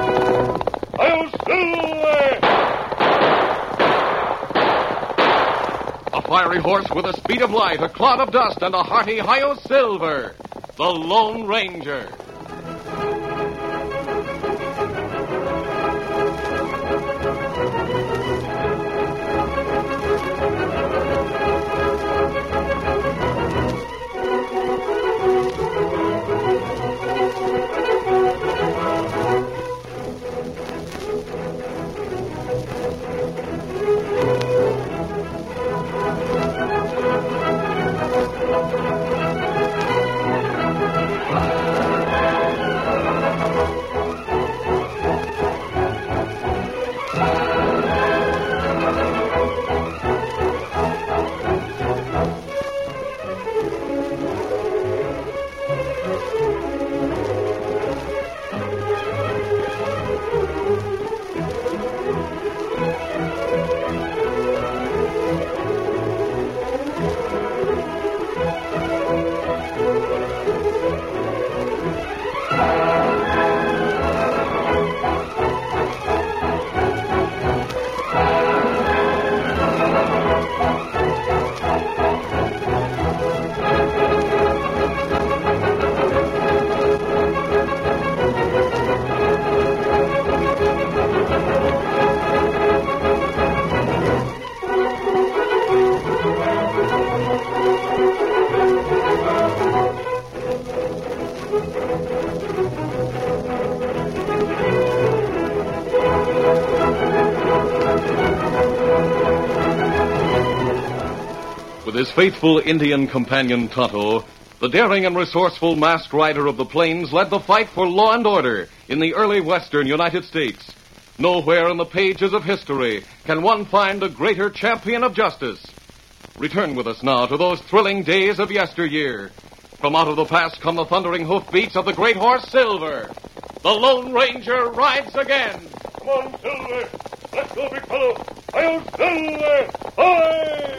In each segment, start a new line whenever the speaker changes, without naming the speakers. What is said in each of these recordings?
I'll Silver!
A fiery horse with the speed of light, a clod of dust, and a hearty Ohio silver. The Lone Ranger. With his faithful Indian companion Tonto, the daring and resourceful masked rider of the plains led the fight for law and order in the early western United States. Nowhere in the pages of history can one find a greater champion of justice. Return with us now to those thrilling days of yesteryear. From out of the past come the thundering hoofbeats of the great horse Silver. The Lone Ranger rides again.
Come on, Silver! Let's go, big fellow! I'll Silver! Away!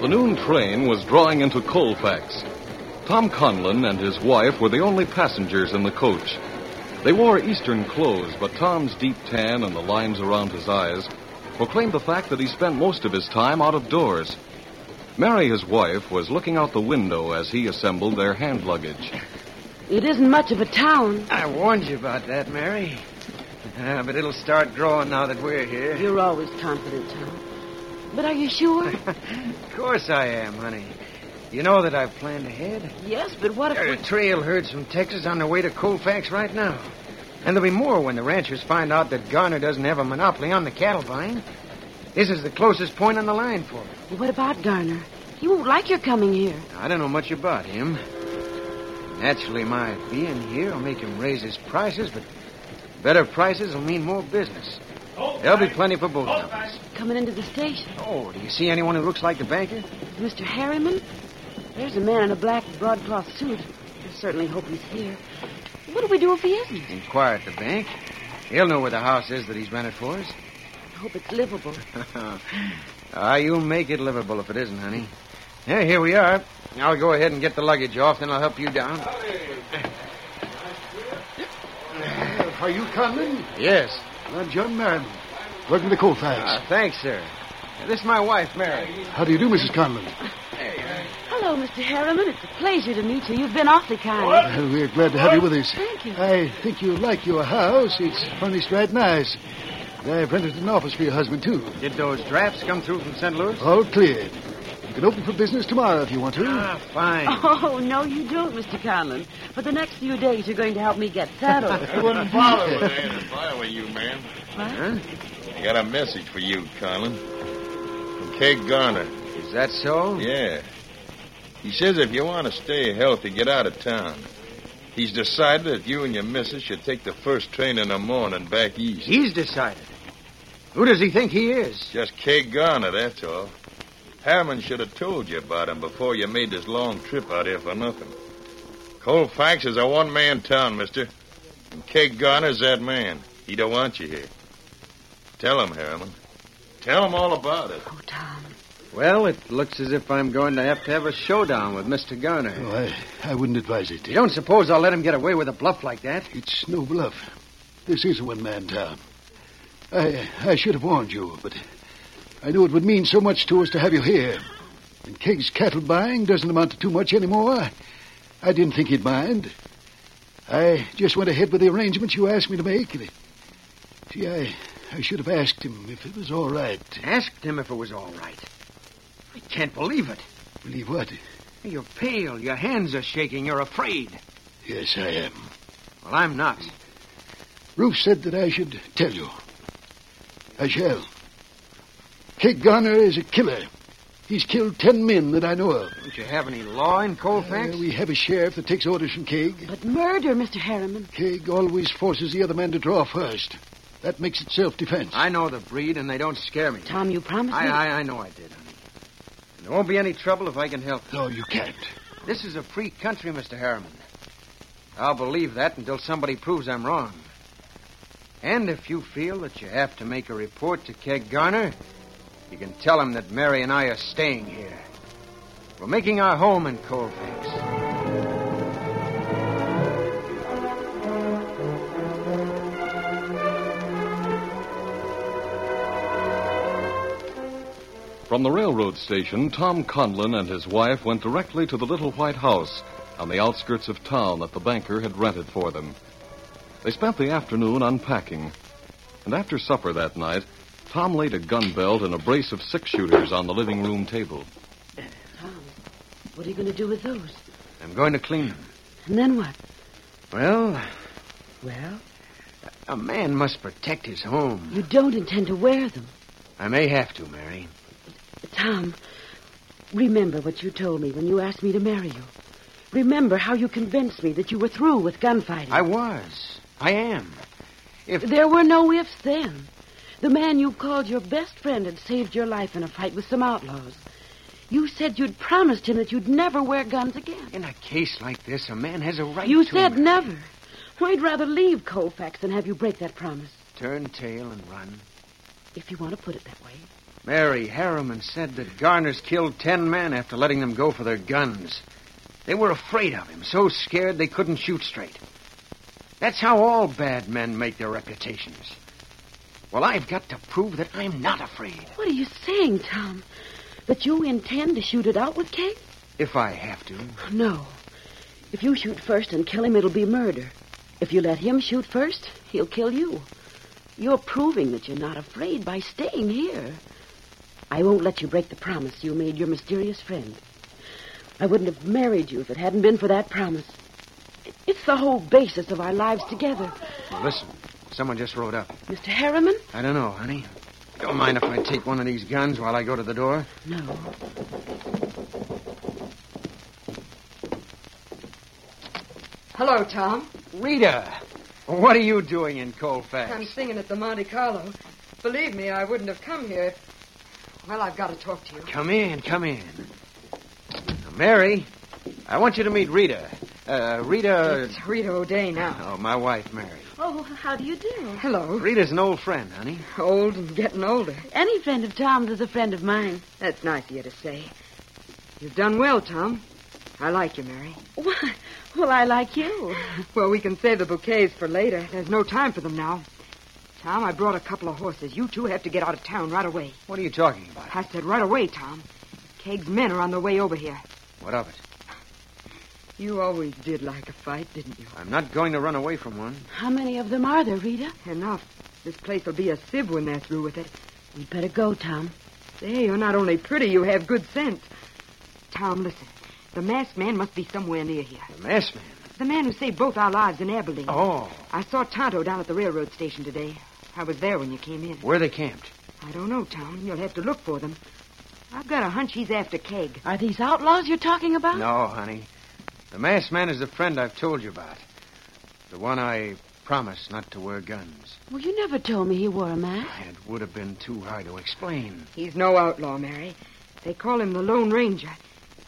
The noon train was drawing into Colfax. Tom Conlon and his wife were the only passengers in the coach. They wore Eastern clothes, but Tom's deep tan and the lines around his eyes proclaimed the fact that he spent most of his time out of doors. Mary, his wife, was looking out the window as he assembled their hand luggage.
It isn't much of a town.
I warned you about that, Mary. Ah, but it'll start growing now that we're here.
You're always confident, Tom. But are you sure?
Of course I am, honey. You know that I've planned ahead.
yes, but what
There are
if
trail herds from Texas on their way to Colfax right now. And there'll be more when the ranchers find out that Garner doesn't have a monopoly on the cattle buying. This is the closest point on the line for him.
we... What about Garner? He won't like your coming here.
I don't know much about him. Naturally, my being here will make him raise his prices, but better prices will mean more business. There'll be plenty for both of us.
Coming into the station,
Oh, do you see anyone who looks like the banker?
Mr. Harriman? There's a man in a black broadcloth suit. I certainly hope he's here. What do we do if he isn't?
Inquire at the bank. He'll know where the house is that he's rented for us.
I hope it's livable.
Ah, you'll make it livable if it isn't, honey. Yeah, here we are. I'll go ahead and get the luggage off, then I'll help you down.
Are you Conlon?
Yes.
I'm John Merriman. Welcome to Colfax.
Ah, thanks, sir. This is my wife, Mary.
How do you do, Mrs. Conlon?
Hello, Mr. Harriman. It's a pleasure to meet you. You've been awfully kind.
Well, Uh, we're glad to have you with us.
Oh, Thank you.
I think you'll like your house. It's furnished right nice. And I've rented an office for your husband, too.
Did those drafts come through from St. Louis?
All cleared. You can open for business tomorrow if you want to.
Ah, fine.
Oh, no, you don't, Mr. Conlon. For the next few days, you're going to help me get settled.
I wouldn't bother
Well, Ann, if I were you, man,
Huh?
I got a message for you, Conlon. from Kay Garner.
Is that so?
Yeah. He says if you want to stay healthy, get out of town. He's decided that you and your missus should take the first train in the morning back east.
He's decided. Who does he think he is?
Just Kay Garner, that's all. Hammond should have told you about him before you made this long trip out here for nothing. Colfax is a one man town, mister. And Kay Garner's that man. He don't want you here. Tell him, Harriman. Tell him all about it.
Oh, Tom.
Well, it looks as if I'm going to have to have a showdown with Mr. Garner.
Oh, I, I wouldn't advise it.
You don't suppose I'll let him get away with a bluff like that?
It's no Oh, bluff. This is a one man town. I, I should have warned you, but I knew it would mean so much to us to have you here. And Keg's cattle buying doesn't amount to too much anymore. I didn't think he'd mind. I just went ahead with the arrangements you asked me to make. Gee, I, I should have asked him if it was all right.
Asked him if it was all right. I can't believe it.
Believe what?
You're pale. Your hands are shaking. You're afraid.
Yes, I am.
Well, I'm not.
Roof said that I should tell you. I shall. Kate Garner is a killer. He's killed ten men that I know of.
Don't you have any law in Colfax?
Uh, we have a sheriff that takes orders from Keg.
But murder, Mr. Harriman.
Keg always forces the other man to draw first. That makes it self-defense.
I know the breed, and they don't scare me.
Tom, you promised
I,
me.
I, I know I did, honey. And there won't be any trouble if I can help. it.
No, you can't.
This is a free country, Mr. Harriman. I'll believe that until somebody proves I'm wrong. And if you feel that you have to make a report to Keg Garner, you can tell him that Mary and I are staying here. We're making our home in Colfax.
From the railroad station, Tom Conlon and his wife went directly to the little white house on the outskirts of town that the banker had rented for them. They spent the afternoon unpacking, and after supper that night, Tom laid a gun belt and a brace of six shooters on the living room table.
Tom, what are you going to do with those?
I'm going to clean them.
And then what?
Well,
Well,
a man must protect his home.
you don't intend to wear them.
I may have to, Mary.
Tom, remember what you told me when you asked me to marry you. Remember how you convinced me that you were through with gunfighting.
I was. I am. If
There were no ifs then. The man you called your best friend had saved your life in a fight with some outlaws. You said you'd promised him that you'd never wear guns again.
in a case like this, a man has a right
You
to
said
Mary.
never. I'd rather leave Colfax than have you break that promise,
turn tail and run.
if you want to put it that way.
Mary Harriman said that Garner's killed ten men after letting them go for their guns. They were afraid of him, so scared they couldn't shoot straight. That's how all bad men make their reputations. Well, I've got to prove that I'm not afraid,
What are you saying, Tom? That you intend to shoot it out with Kate?
if I have to.
Oh, No. If you shoot first and kill him, it'll be murder. If you let him shoot first, he'll kill you. You're proving that you're not afraid by staying here. I won't let you break the promise you made your mysterious friend. I wouldn't have married you if it hadn't been for that promise. I- It's the whole basis of our lives together.
Now, listen, someone just rode up.
Mr. Harriman?
I don't know, honey. Don't mind if I take one of these guns while I go to the door.
No.
Hello, Tom.
Rita, what are you doing in Colfax?
I'm singing at the Monte Carlo. Believe me, I wouldn't have come here. if- Well, I've got to talk to you.
Come in, come in. Now, Mary, I want you to meet Rita. Uh, Rita.
It's Rita O'Day now.
Oh, my wife, Mary.
Oh, how do you do?
Hello.
Rita's an old friend, honey.
Old and getting older.
Any friend of Tom's is a friend of mine.
That's nice of you to say. You've done well, Tom. I like you, Mary.
Why? Well, I like you.
Well, we can save the bouquets for later. There's no time for them now. Tom, I brought a couple of horses. You two have to get out of town right away.
What are you talking about?
I said right away, Tom. Keg's men are on their way over here.
What of it?
You always did like a fight, didn't you?
I'm not going to run away from one.
How many of them are there, Rita?
Enough. This place will be a sieve when they're through with it.
We'd better go, Tom.
Say, you're not only pretty, you have good sense. Tom, listen. The masked man must be somewhere near here.
The masked man.
The man who saved both our lives in Abilene.
Oh,
I saw Tonto down at the railroad station today. I was there when you came in.
where they camped.
I don't know, Tom. You'll have to look for them. I've got a hunch he's after Keg.
Are these outlaws you're talking about?
No, honey. The masked man is the friend I've told you about. The one I promised not to wear guns.
Well, you never told me he wore a mask.
It would have been too hard to explain.
He's no outlaw, Mary. They call him the Lone Ranger.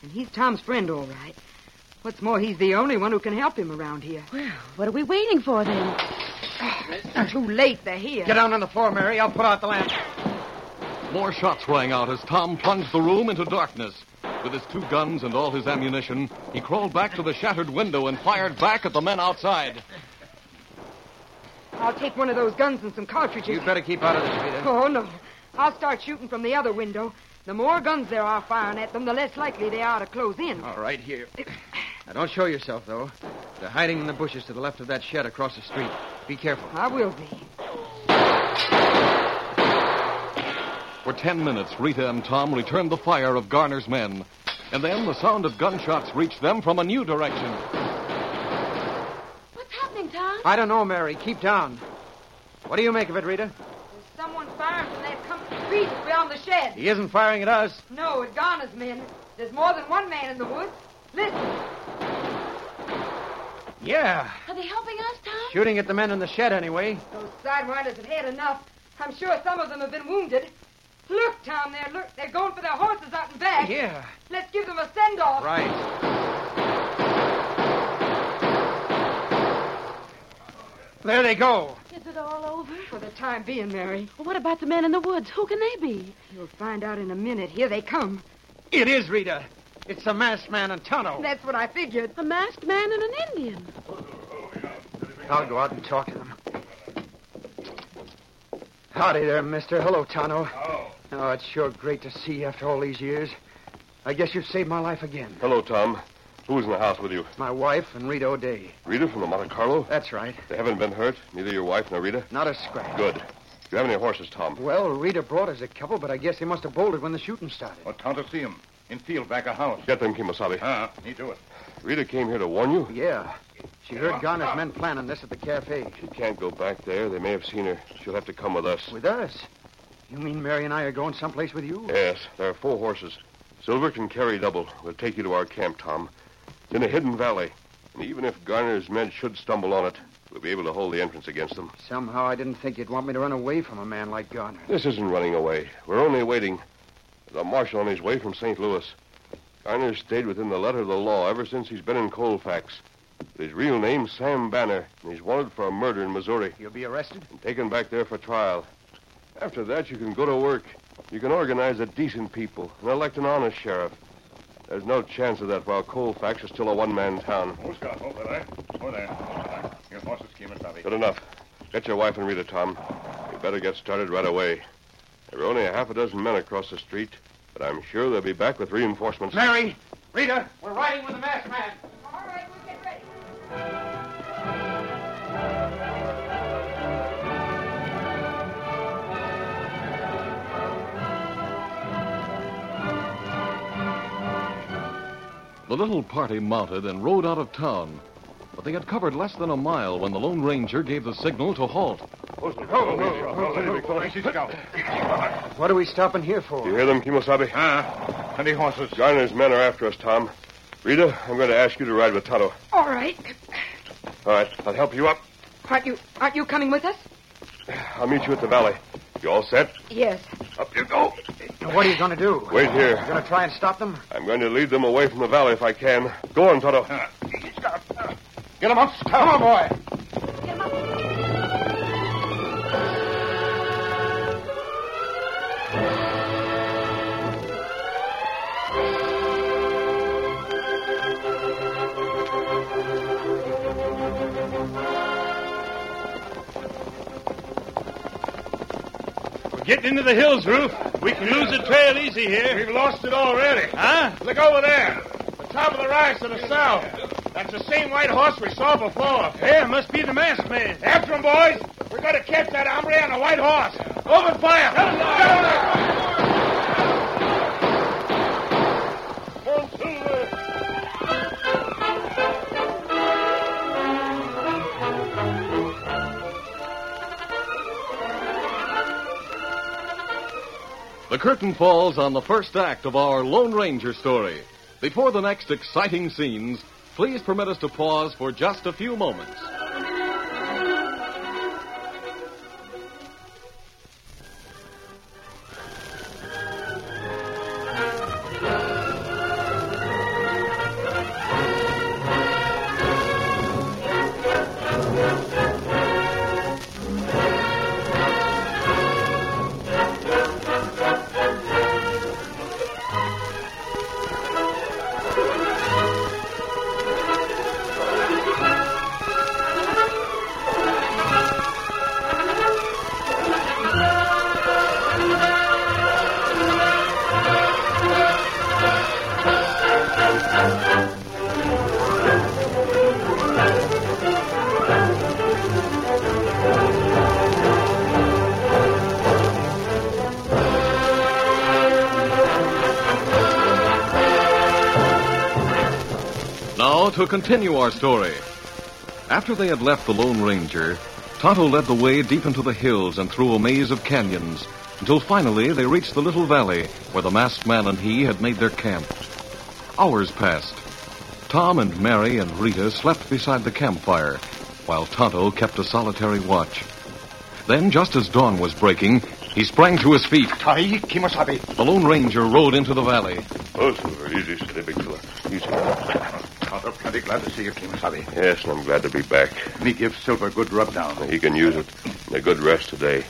And he's Tom's friend, all right. What's more, he's the only one who can help him around here.
Well, what are we waiting for then?
Too late, they're here.
Get down on the floor, Mary. I'll put out the lamp.
More shots rang out as Tom plunged the room into darkness. With his two guns and all his ammunition, he crawled back to the shattered window and fired back at the men outside.
I'll take one of those guns and some cartridges.
You'd better keep out of this, Rita.
Oh, no. I'll start shooting from the other window. The more guns there are firing at them, the less likely they are to close in.
All right, here. Now, don't show yourself, though. They're hiding in the bushes to the left of that shed across the street. Be careful.
I will be.
For ten minutes, Rita and Tom returned the fire of Garner's men. And then the sound of gunshots reached them from a new direction.
What's happening, Tom?
I don't know, Mary. Keep down. What do you make of it, Rita?
There's someone firing from that company street beyond the shed.
He isn't firing at us.
No, it's Garner's men. There's more than one man in the woods. Listen.
Yeah.
Are they helping us, Tom?
Shooting at the men in the shed, anyway.
Those sidewinders have had enough. I'm sure some of them have been wounded. Look, Tom, there, look. They're going for their horses out and back.
Yeah.
Let's give them a send off.
Right. There they go.
Is it all over?
For the time being, Mary.
Well, what about the men in the woods? Who can they be?
You'll find out in a minute. Here they come.
It is Rita. It's the masked man and Tonto.
That's what I figured.
A masked man and an Indian.
I'll go out and talk to them. Howdy there, mister. Hello, Tonto.
Oh.
Oh, it's sure great to see you after all these years. I guess you've saved my life again.
Hello, Tom. Who's in the house with you?
My wife and Rita O'Day.
Rita from the Monte Carlo?
That's right.
They haven't been hurt, neither your wife nor Rita?
Not a scratch.
Good. Do you have any horses, Tom?
Well, Rita brought us a couple, but I guess they must have bolted when the shooting started.
Or Tonto see him. In field back of house.
Get them, Kimosabe.
Huh? He do it.
Rita came here to warn you?
Yeah. She heard Garner's men planning this at the cafe.
She can't go back there. They may have seen her. She'll have to come with us.
With us? You mean Mary and I are going someplace with you?
Yes, there are four horses. Silver can carry double. We'll take you to our camp, Tom. It's in a hidden valley. And even if Garner's men should stumble on it, we'll be able to hold the entrance against them.
Somehow I didn't think you'd want me to run away from a man like Garner.
This isn't running away. We're only waiting. The marshal on his way from St. Louis. Garner's stayed within the letter of the law ever since he's been in Colfax. His real name's Sam Banner, and he's wanted for a murder in Missouri
You'll be arrested?
and taken back there for trial. After that, you can go to work. You can organize a decent people and elect an honest sheriff. There's no chance of that while Colfax is still a one-man town.
Who's got over there? Over there. Your horses came and Bobby.
Good enough. Get your wife and Rita, Tom. You better get started right away. There are only a half a dozen men across the street, but I'm sure they'll be back with reinforcements.
Mary! Rita! We're riding with the masked man!
All right, we'll get ready.
The little party mounted and rode out of town. But they had covered less than a mile when the Lone Ranger gave the signal to halt.
What are we stopping here for?
You hear them, Kimosabe?
Huh? Any horses?
Garner's men are after us, Tom. Rita, I'm going to ask you to ride with Tonto.
All right.
All right, I'll help you up.
Aren't you aren't you coming with us?
I'll meet you at the valley. You all set?
Yes.
Up you go.
What are you going to do?
Wait
You
here.
going to try and stop them?
I'm going to lead them away from the valley if I can. Go on, Tonto.
Get him up. Come on, boy.
We're getting into the hills, Ruth. We can lose the trail easy here.
We've lost it already.
Huh?
Look over there. The top of the rise to the south. That's the same white horse we saw before.
Yeah, must be the masked man.
After him, boys. We're going to catch that hombre on the white horse. Open fire.
The curtain falls on the first act of our Lone Ranger story. Before the next exciting scenes, please permit us to pause for just a few moments. Now, to continue our story. After they had left the Lone Ranger, Tonto led the way deep into the hills and through a maze of canyons until finally they reached the little valley where the masked man and he had made their camp. Hours passed. Tom and Mary and Rita slept beside the campfire while Tonto kept a solitary watch. Then, just as dawn was breaking, he sprang to his feet.
Hurry, Kimosabe.
The Lone Ranger rode into the valley.
Oh, Silver, easy, steady, big fella. Easy.
Tonto, plenty glad to see you, Kimosabe.
Yes, and I'm glad to be back.
Me give Silver good rub down.
He can use it. And a good rest today.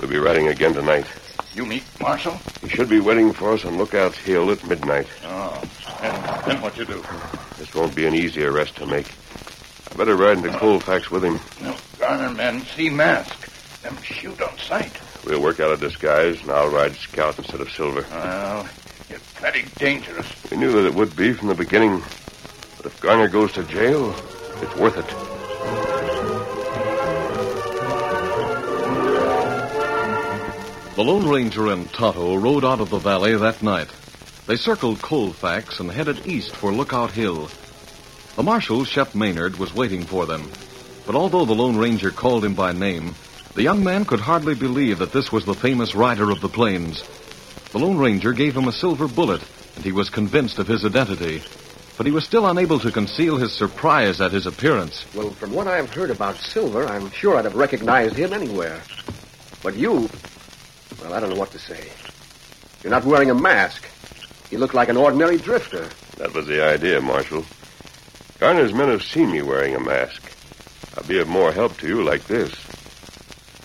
We'll be riding again tonight.
You meet Marshal?
He should be waiting for us on Lookout Hill at midnight.
Oh. And then what you do?
This won't be an easy arrest to make. I better ride
Uh-huh.
into Colfax with him.
No, Garner men see mask. Them shoot on sight.
We'll work out a disguise, and I'll ride Scout instead of Silver.
Well, you're plenty dangerous.
We knew that it would be from the beginning. But if Garner goes to jail, it's worth it.
The Lone Ranger and Tonto rode out of the valley that night. They circled Colfax and headed east for Lookout Hill. The marshal, Shep Maynard, was waiting for them. But although the Lone Ranger called him by name, the young man could hardly believe that this was the famous rider of the plains. The Lone Ranger gave him a silver bullet, and he was convinced of his identity. But he was still unable to conceal his surprise at his appearance.
Well, from what I've heard about Silver, I'm sure I'd have recognized him anywhere. But you, well, I don't know what to say. You're not wearing a mask. You look like an ordinary drifter.
That was the idea, Marshal. Garner's men have seen me wearing a mask. I'll be of more help to you like this.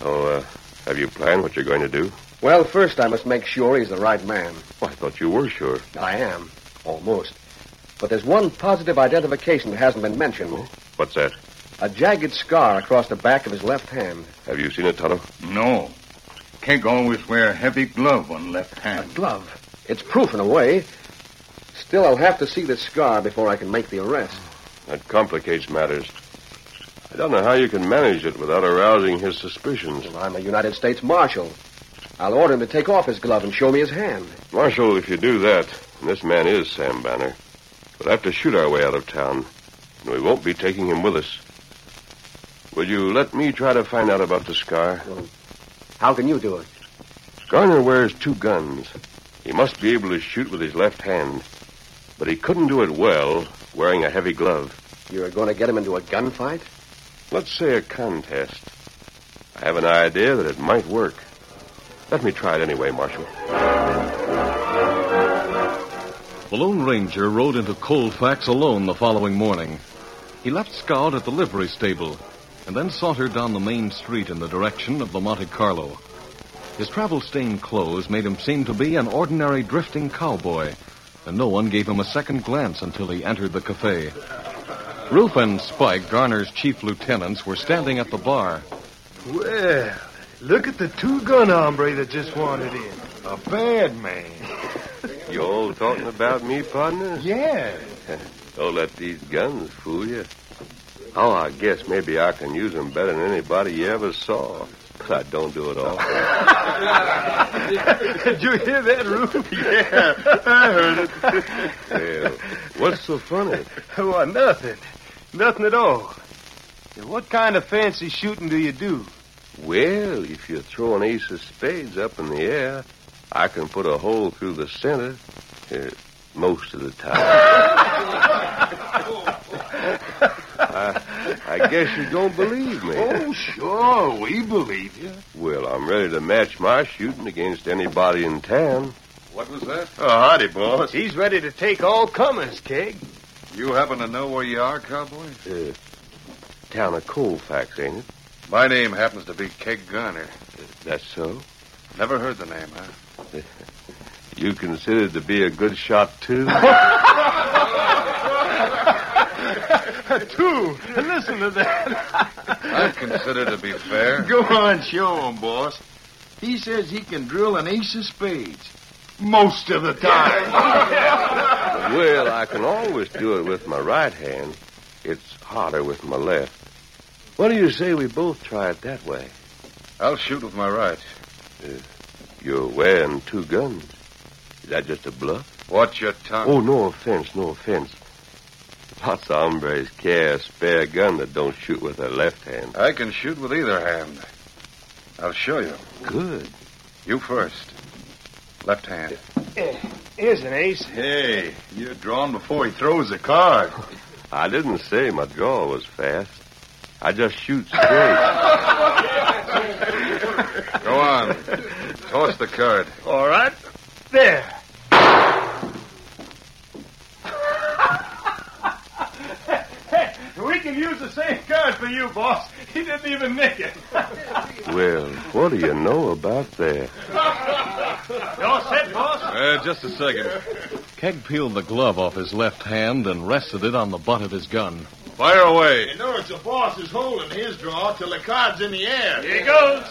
Oh, uh, have you planned what you're going to do?
Well, first I must make sure he's the right man.
Well, Oh, I thought you were sure.
I am, almost. But there's one positive identification that hasn't been mentioned.
What's that?
A jagged scar across the back of his left hand.
Have you seen it, Tonto?
No. Keg always wear a heavy glove on left hand.
Glove. It's proof in a way. Still, I'll have to see this scar before I can make the arrest.
That complicates matters. I don't know how you can manage it without arousing his suspicions.
Well, I'm a United States Marshal. I'll order him to take off his glove and show me his hand.
Marshal, if you do that, and this man is Sam Banner, we'll have to shoot our way out of town, and we won't be taking him with us. Will you let me try to find out about the scar?
How can you do it?
Garner wears two guns. He must be able to shoot with his left hand, but he couldn't do it well wearing a heavy glove.
You're going to get him into a gunfight?
Let's say a contest. I have an idea that it might work. Let me try it anyway, Marshal.
The Lone Ranger rode into Colfax alone the following morning. He left Scout at the livery stable and then sauntered down the main street in the direction of the Monte Carlo. His travel stained clothes made him seem to be an ordinary drifting cowboy, and no one gave him a second glance until he entered the cafe. Roof and Spike, Garner's chief lieutenants, were standing at the bar.
Well, look at the two gun hombre that just wandered in. A bad man.
You all talking about me, partner?
Yeah.
Don't let these guns fool you. Oh, I guess maybe I can use them better than anybody you ever saw. But I don't do it all.
Did you hear that, Roof?
well, what's so funny?
Why, nothing. Nothing at all. Now, What kind of fancy shooting do you do?
Well, if you throw an ace of spades up in the air, I can put a hole through the center uh, most of the time. I, I guess you don't believe me.
Oh, sure, we believe you.
Well, I'm ready to match my shooting against anybody in town.
What was that? Oh, howdy, boss.
He's ready to take all comers, Keg.
You happen to know where you are, cowboy?
Uh, town of Colfax, ain't it?
My name happens to be Keg Garner.
That's so.
Never heard the name, huh?
You considered to be a good shot, too?
Two. Listen to that.
I'm considered to be fair.
Go on, show him, boss. He says he can drill an ace of spades. Most of the time.
well, I can always do it with my right hand. It's harder with my left. What do you say we both try it that way? Uh,
I'll shoot with my right.
You're wearing two guns. Is that just a bluff?
Watch your tongue.
Oh, no offense, no offense. Lots of hombres carry a spare gun that don't shoot with their left hand.
I can shoot with either hand. I'll show you.
Good.
You first. Left hand.
Here's an ace.
Hey, you're drawn before he throws the card.
I didn't say my draw was fast. I just shoot straight.
Go on. Toss the card.
All right. There.
We can use the same card for you, boss. He didn't even nick it.
well, what do you know about that?
You all set, boss?
Uh, just a second. Keg peeled the glove off his left hand and rested it on the butt of his gun.
Fire away.
You know it's the boss is holding his draw till the card's in the air.
Here he goes.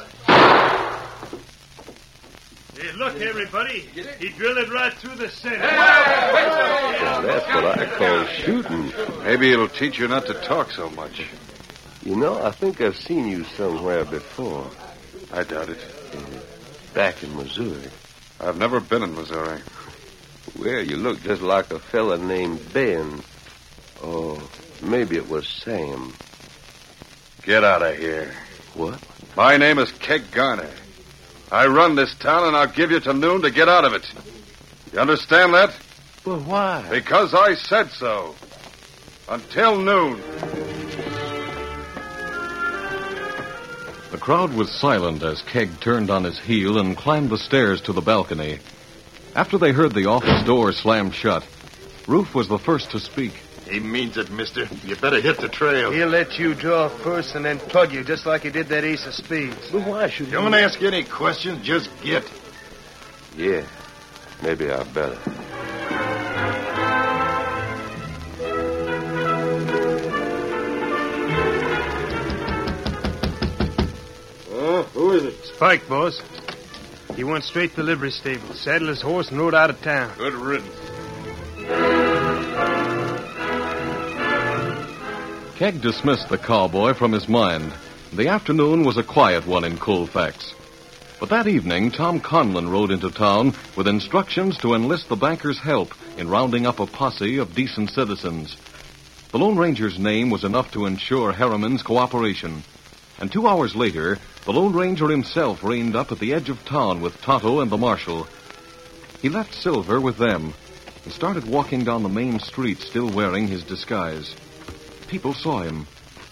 Hey, look, everybody. He drilled it right through the center.
Well, that's what I call shooting.
Maybe it'll teach you not to talk so much.
You know, I think I've seen you somewhere before, Mm-hmm.
I doubt it.
back in Missouri.
I've never been in Missouri.
Well, you look just like a fella named Ben. Or maybe it was Sam.
Get out of here.
What?
My name is Keg Garner. I run this town, and I'll give you to noon to get out of it. You understand that?
Well, why?
Because I said so. Until noon.
The crowd was silent as Keg turned on his heel and climbed the stairs to the balcony. After they heard the office door slam shut, Roof was the first to speak.
He means it, mister. You better hit the trail.
He'll let you draw first and then plug you, just like he did that ace of spades.
Well, why should
Don't ask any questions, just get.
Yeah, maybe I better.
who is it?
Spike, boss. He went straight to the livery stable, saddled his horse, and rode out of town.
Good riddance.
Keg dismissed the cowboy from his mind. The afternoon was a quiet one in Colfax. But that evening, Tom Conlon rode into town with instructions to enlist the banker's help in rounding up a posse of decent citizens. The Lone Ranger's name was enough to ensure Harriman's cooperation. And two hours later, the Lone Ranger himself reined up at the edge of town with Tonto and the marshal. He left Silver with them and started walking down the main street still wearing his disguise. People saw him,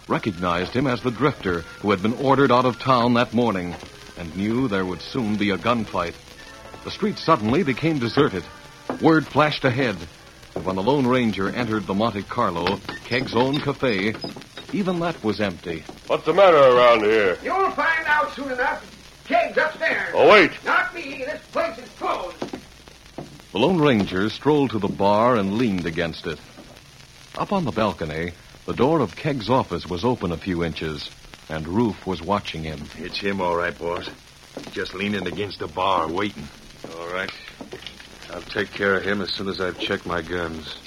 recognized him as the drifter who had been ordered out of town that morning, and knew there would soon be a gunfight. The street suddenly became deserted. Word flashed ahead. And when the Lone Ranger entered the Monte Carlo, Keg's own cafe, even that was empty.
What's the matter around here?
You'll find out soon enough. Keg's upstairs.
Oh, wait.
Not me. This place is closed.
The Lone Ranger strolled to the bar and leaned against it. Up on the balcony, the door of Keg's office was open a few inches, and Roof was watching him.
It's him, all right, boss. Just leaning against the bar, waiting.
All right. I'll take care of him as soon as I've checked my guns.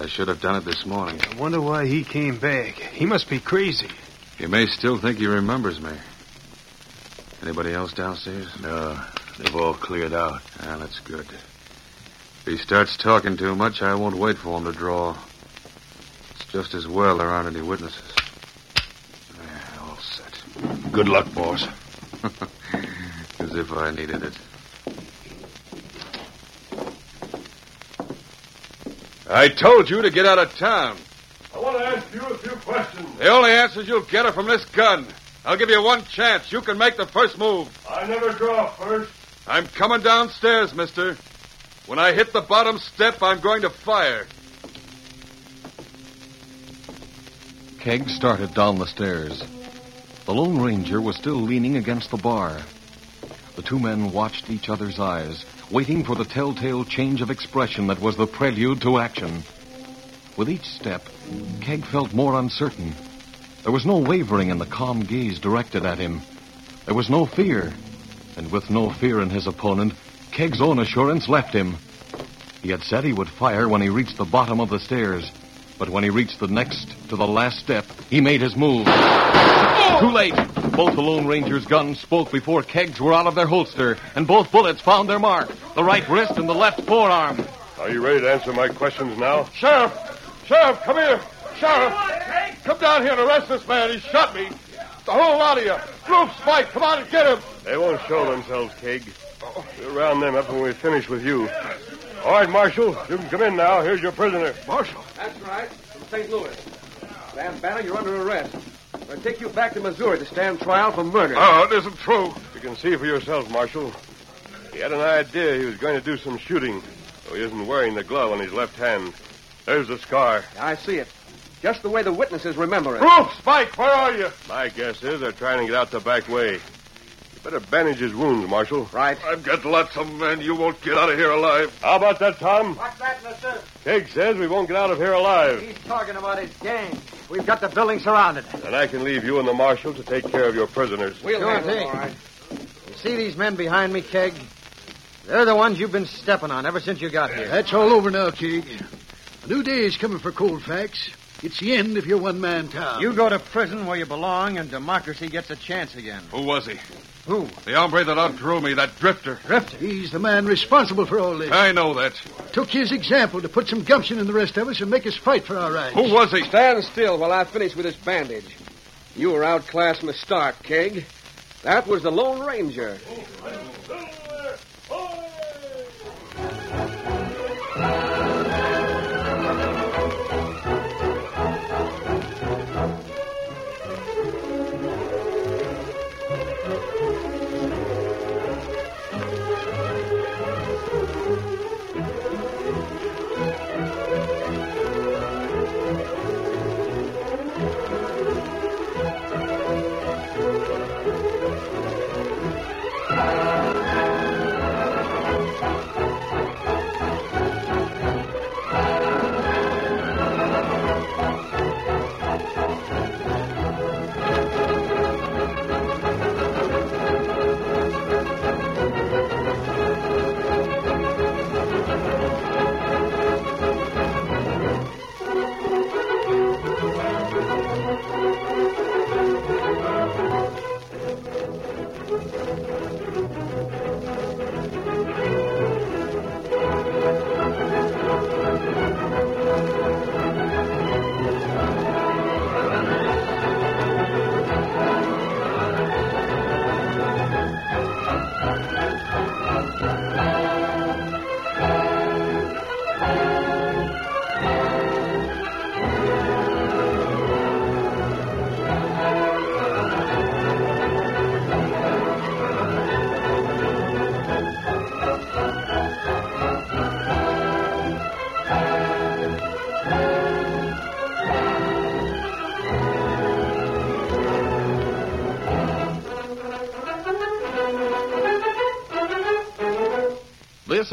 I should have done it this morning.
I wonder why he came back. He must be crazy.
He may still think he remembers me. Anybody else downstairs? No, they've all cleared out. Ah, that's good. If he starts talking too much, I won't wait for him to draw. It's just as well there aren't any witnesses. There, all set.
Good luck, boss.
As if I needed it. I told you to get out of town.
I want to ask you a few questions.
The only answers you'll get are from this gun. I'll give you one chance. You can make the first move.
I never draw first.
I'm coming downstairs, mister. When I hit the bottom step, I'm going to fire.
Keg started down the stairs. The Lone Ranger was still leaning against the bar. The two men watched each other's eyes, waiting for the telltale change of expression that was the prelude to action. With each step, Keg felt more uncertain. There was no wavering in the calm gaze directed at him. There was no fear. And with no fear in his opponent, Keg's own assurance left him. He had said he would fire when he reached the bottom of the stairs. But when he reached the next to the last step, he made his move. Too late. Both the Lone Ranger's guns spoke before kegs were out of their holster, and both bullets found their mark the right wrist and the left forearm.
Are you ready to answer my questions now?
Sheriff! Sheriff, come here! Sheriff! Come down here and arrest this man. He shot me. The whole lot of you. Group Spike, come on and get him.
They won't show themselves, Keg. We'll round them up when we finish with you. All right, Marshal, you can come in now. Here's your prisoner.
Marshal? That's right. From St. Louis. Van Banner, you're under arrest. We'll take you back to Missouri to stand trial for murder.
Oh, it isn't true. You can see for yourself, Marshal. He had an idea he was going to do some shooting, though he isn't wearing the glove on his left hand. There's the scar.
I see it. Just the way the witnesses remember it.
Group Spike, where are you?
My guess is they're trying to get out the back way. You better bandage his wounds, Marshal.
Right.
I've got lots of men. You won't get out of here alive. How about that, Tom?
What's that, mister?
Keg says we won't get out of here alive.
He's talking about his gang. We've got the building surrounded.
And I can leave you and the Marshal to take care of your prisoners.
We'll sure handle all right. You see these men behind me, Keg? They're the ones you've been stepping on ever since you got here.
That's all over now, Keg. A new day is coming for Colfax. It's the end of your one man town.
You go to prison where you belong, and democracy gets a chance again.
Who was he?
Who?
The hombre that outdrew me, that drifter.
Drifter?
He's the man responsible for all this.
I know that.
Took his example to put some gumption in the rest of us and make us fight for our
Oh,
rights.
Who was he?
Stand still while I finish with this bandage. You were outclassed from the start, Keg. That was the Lone Ranger.
This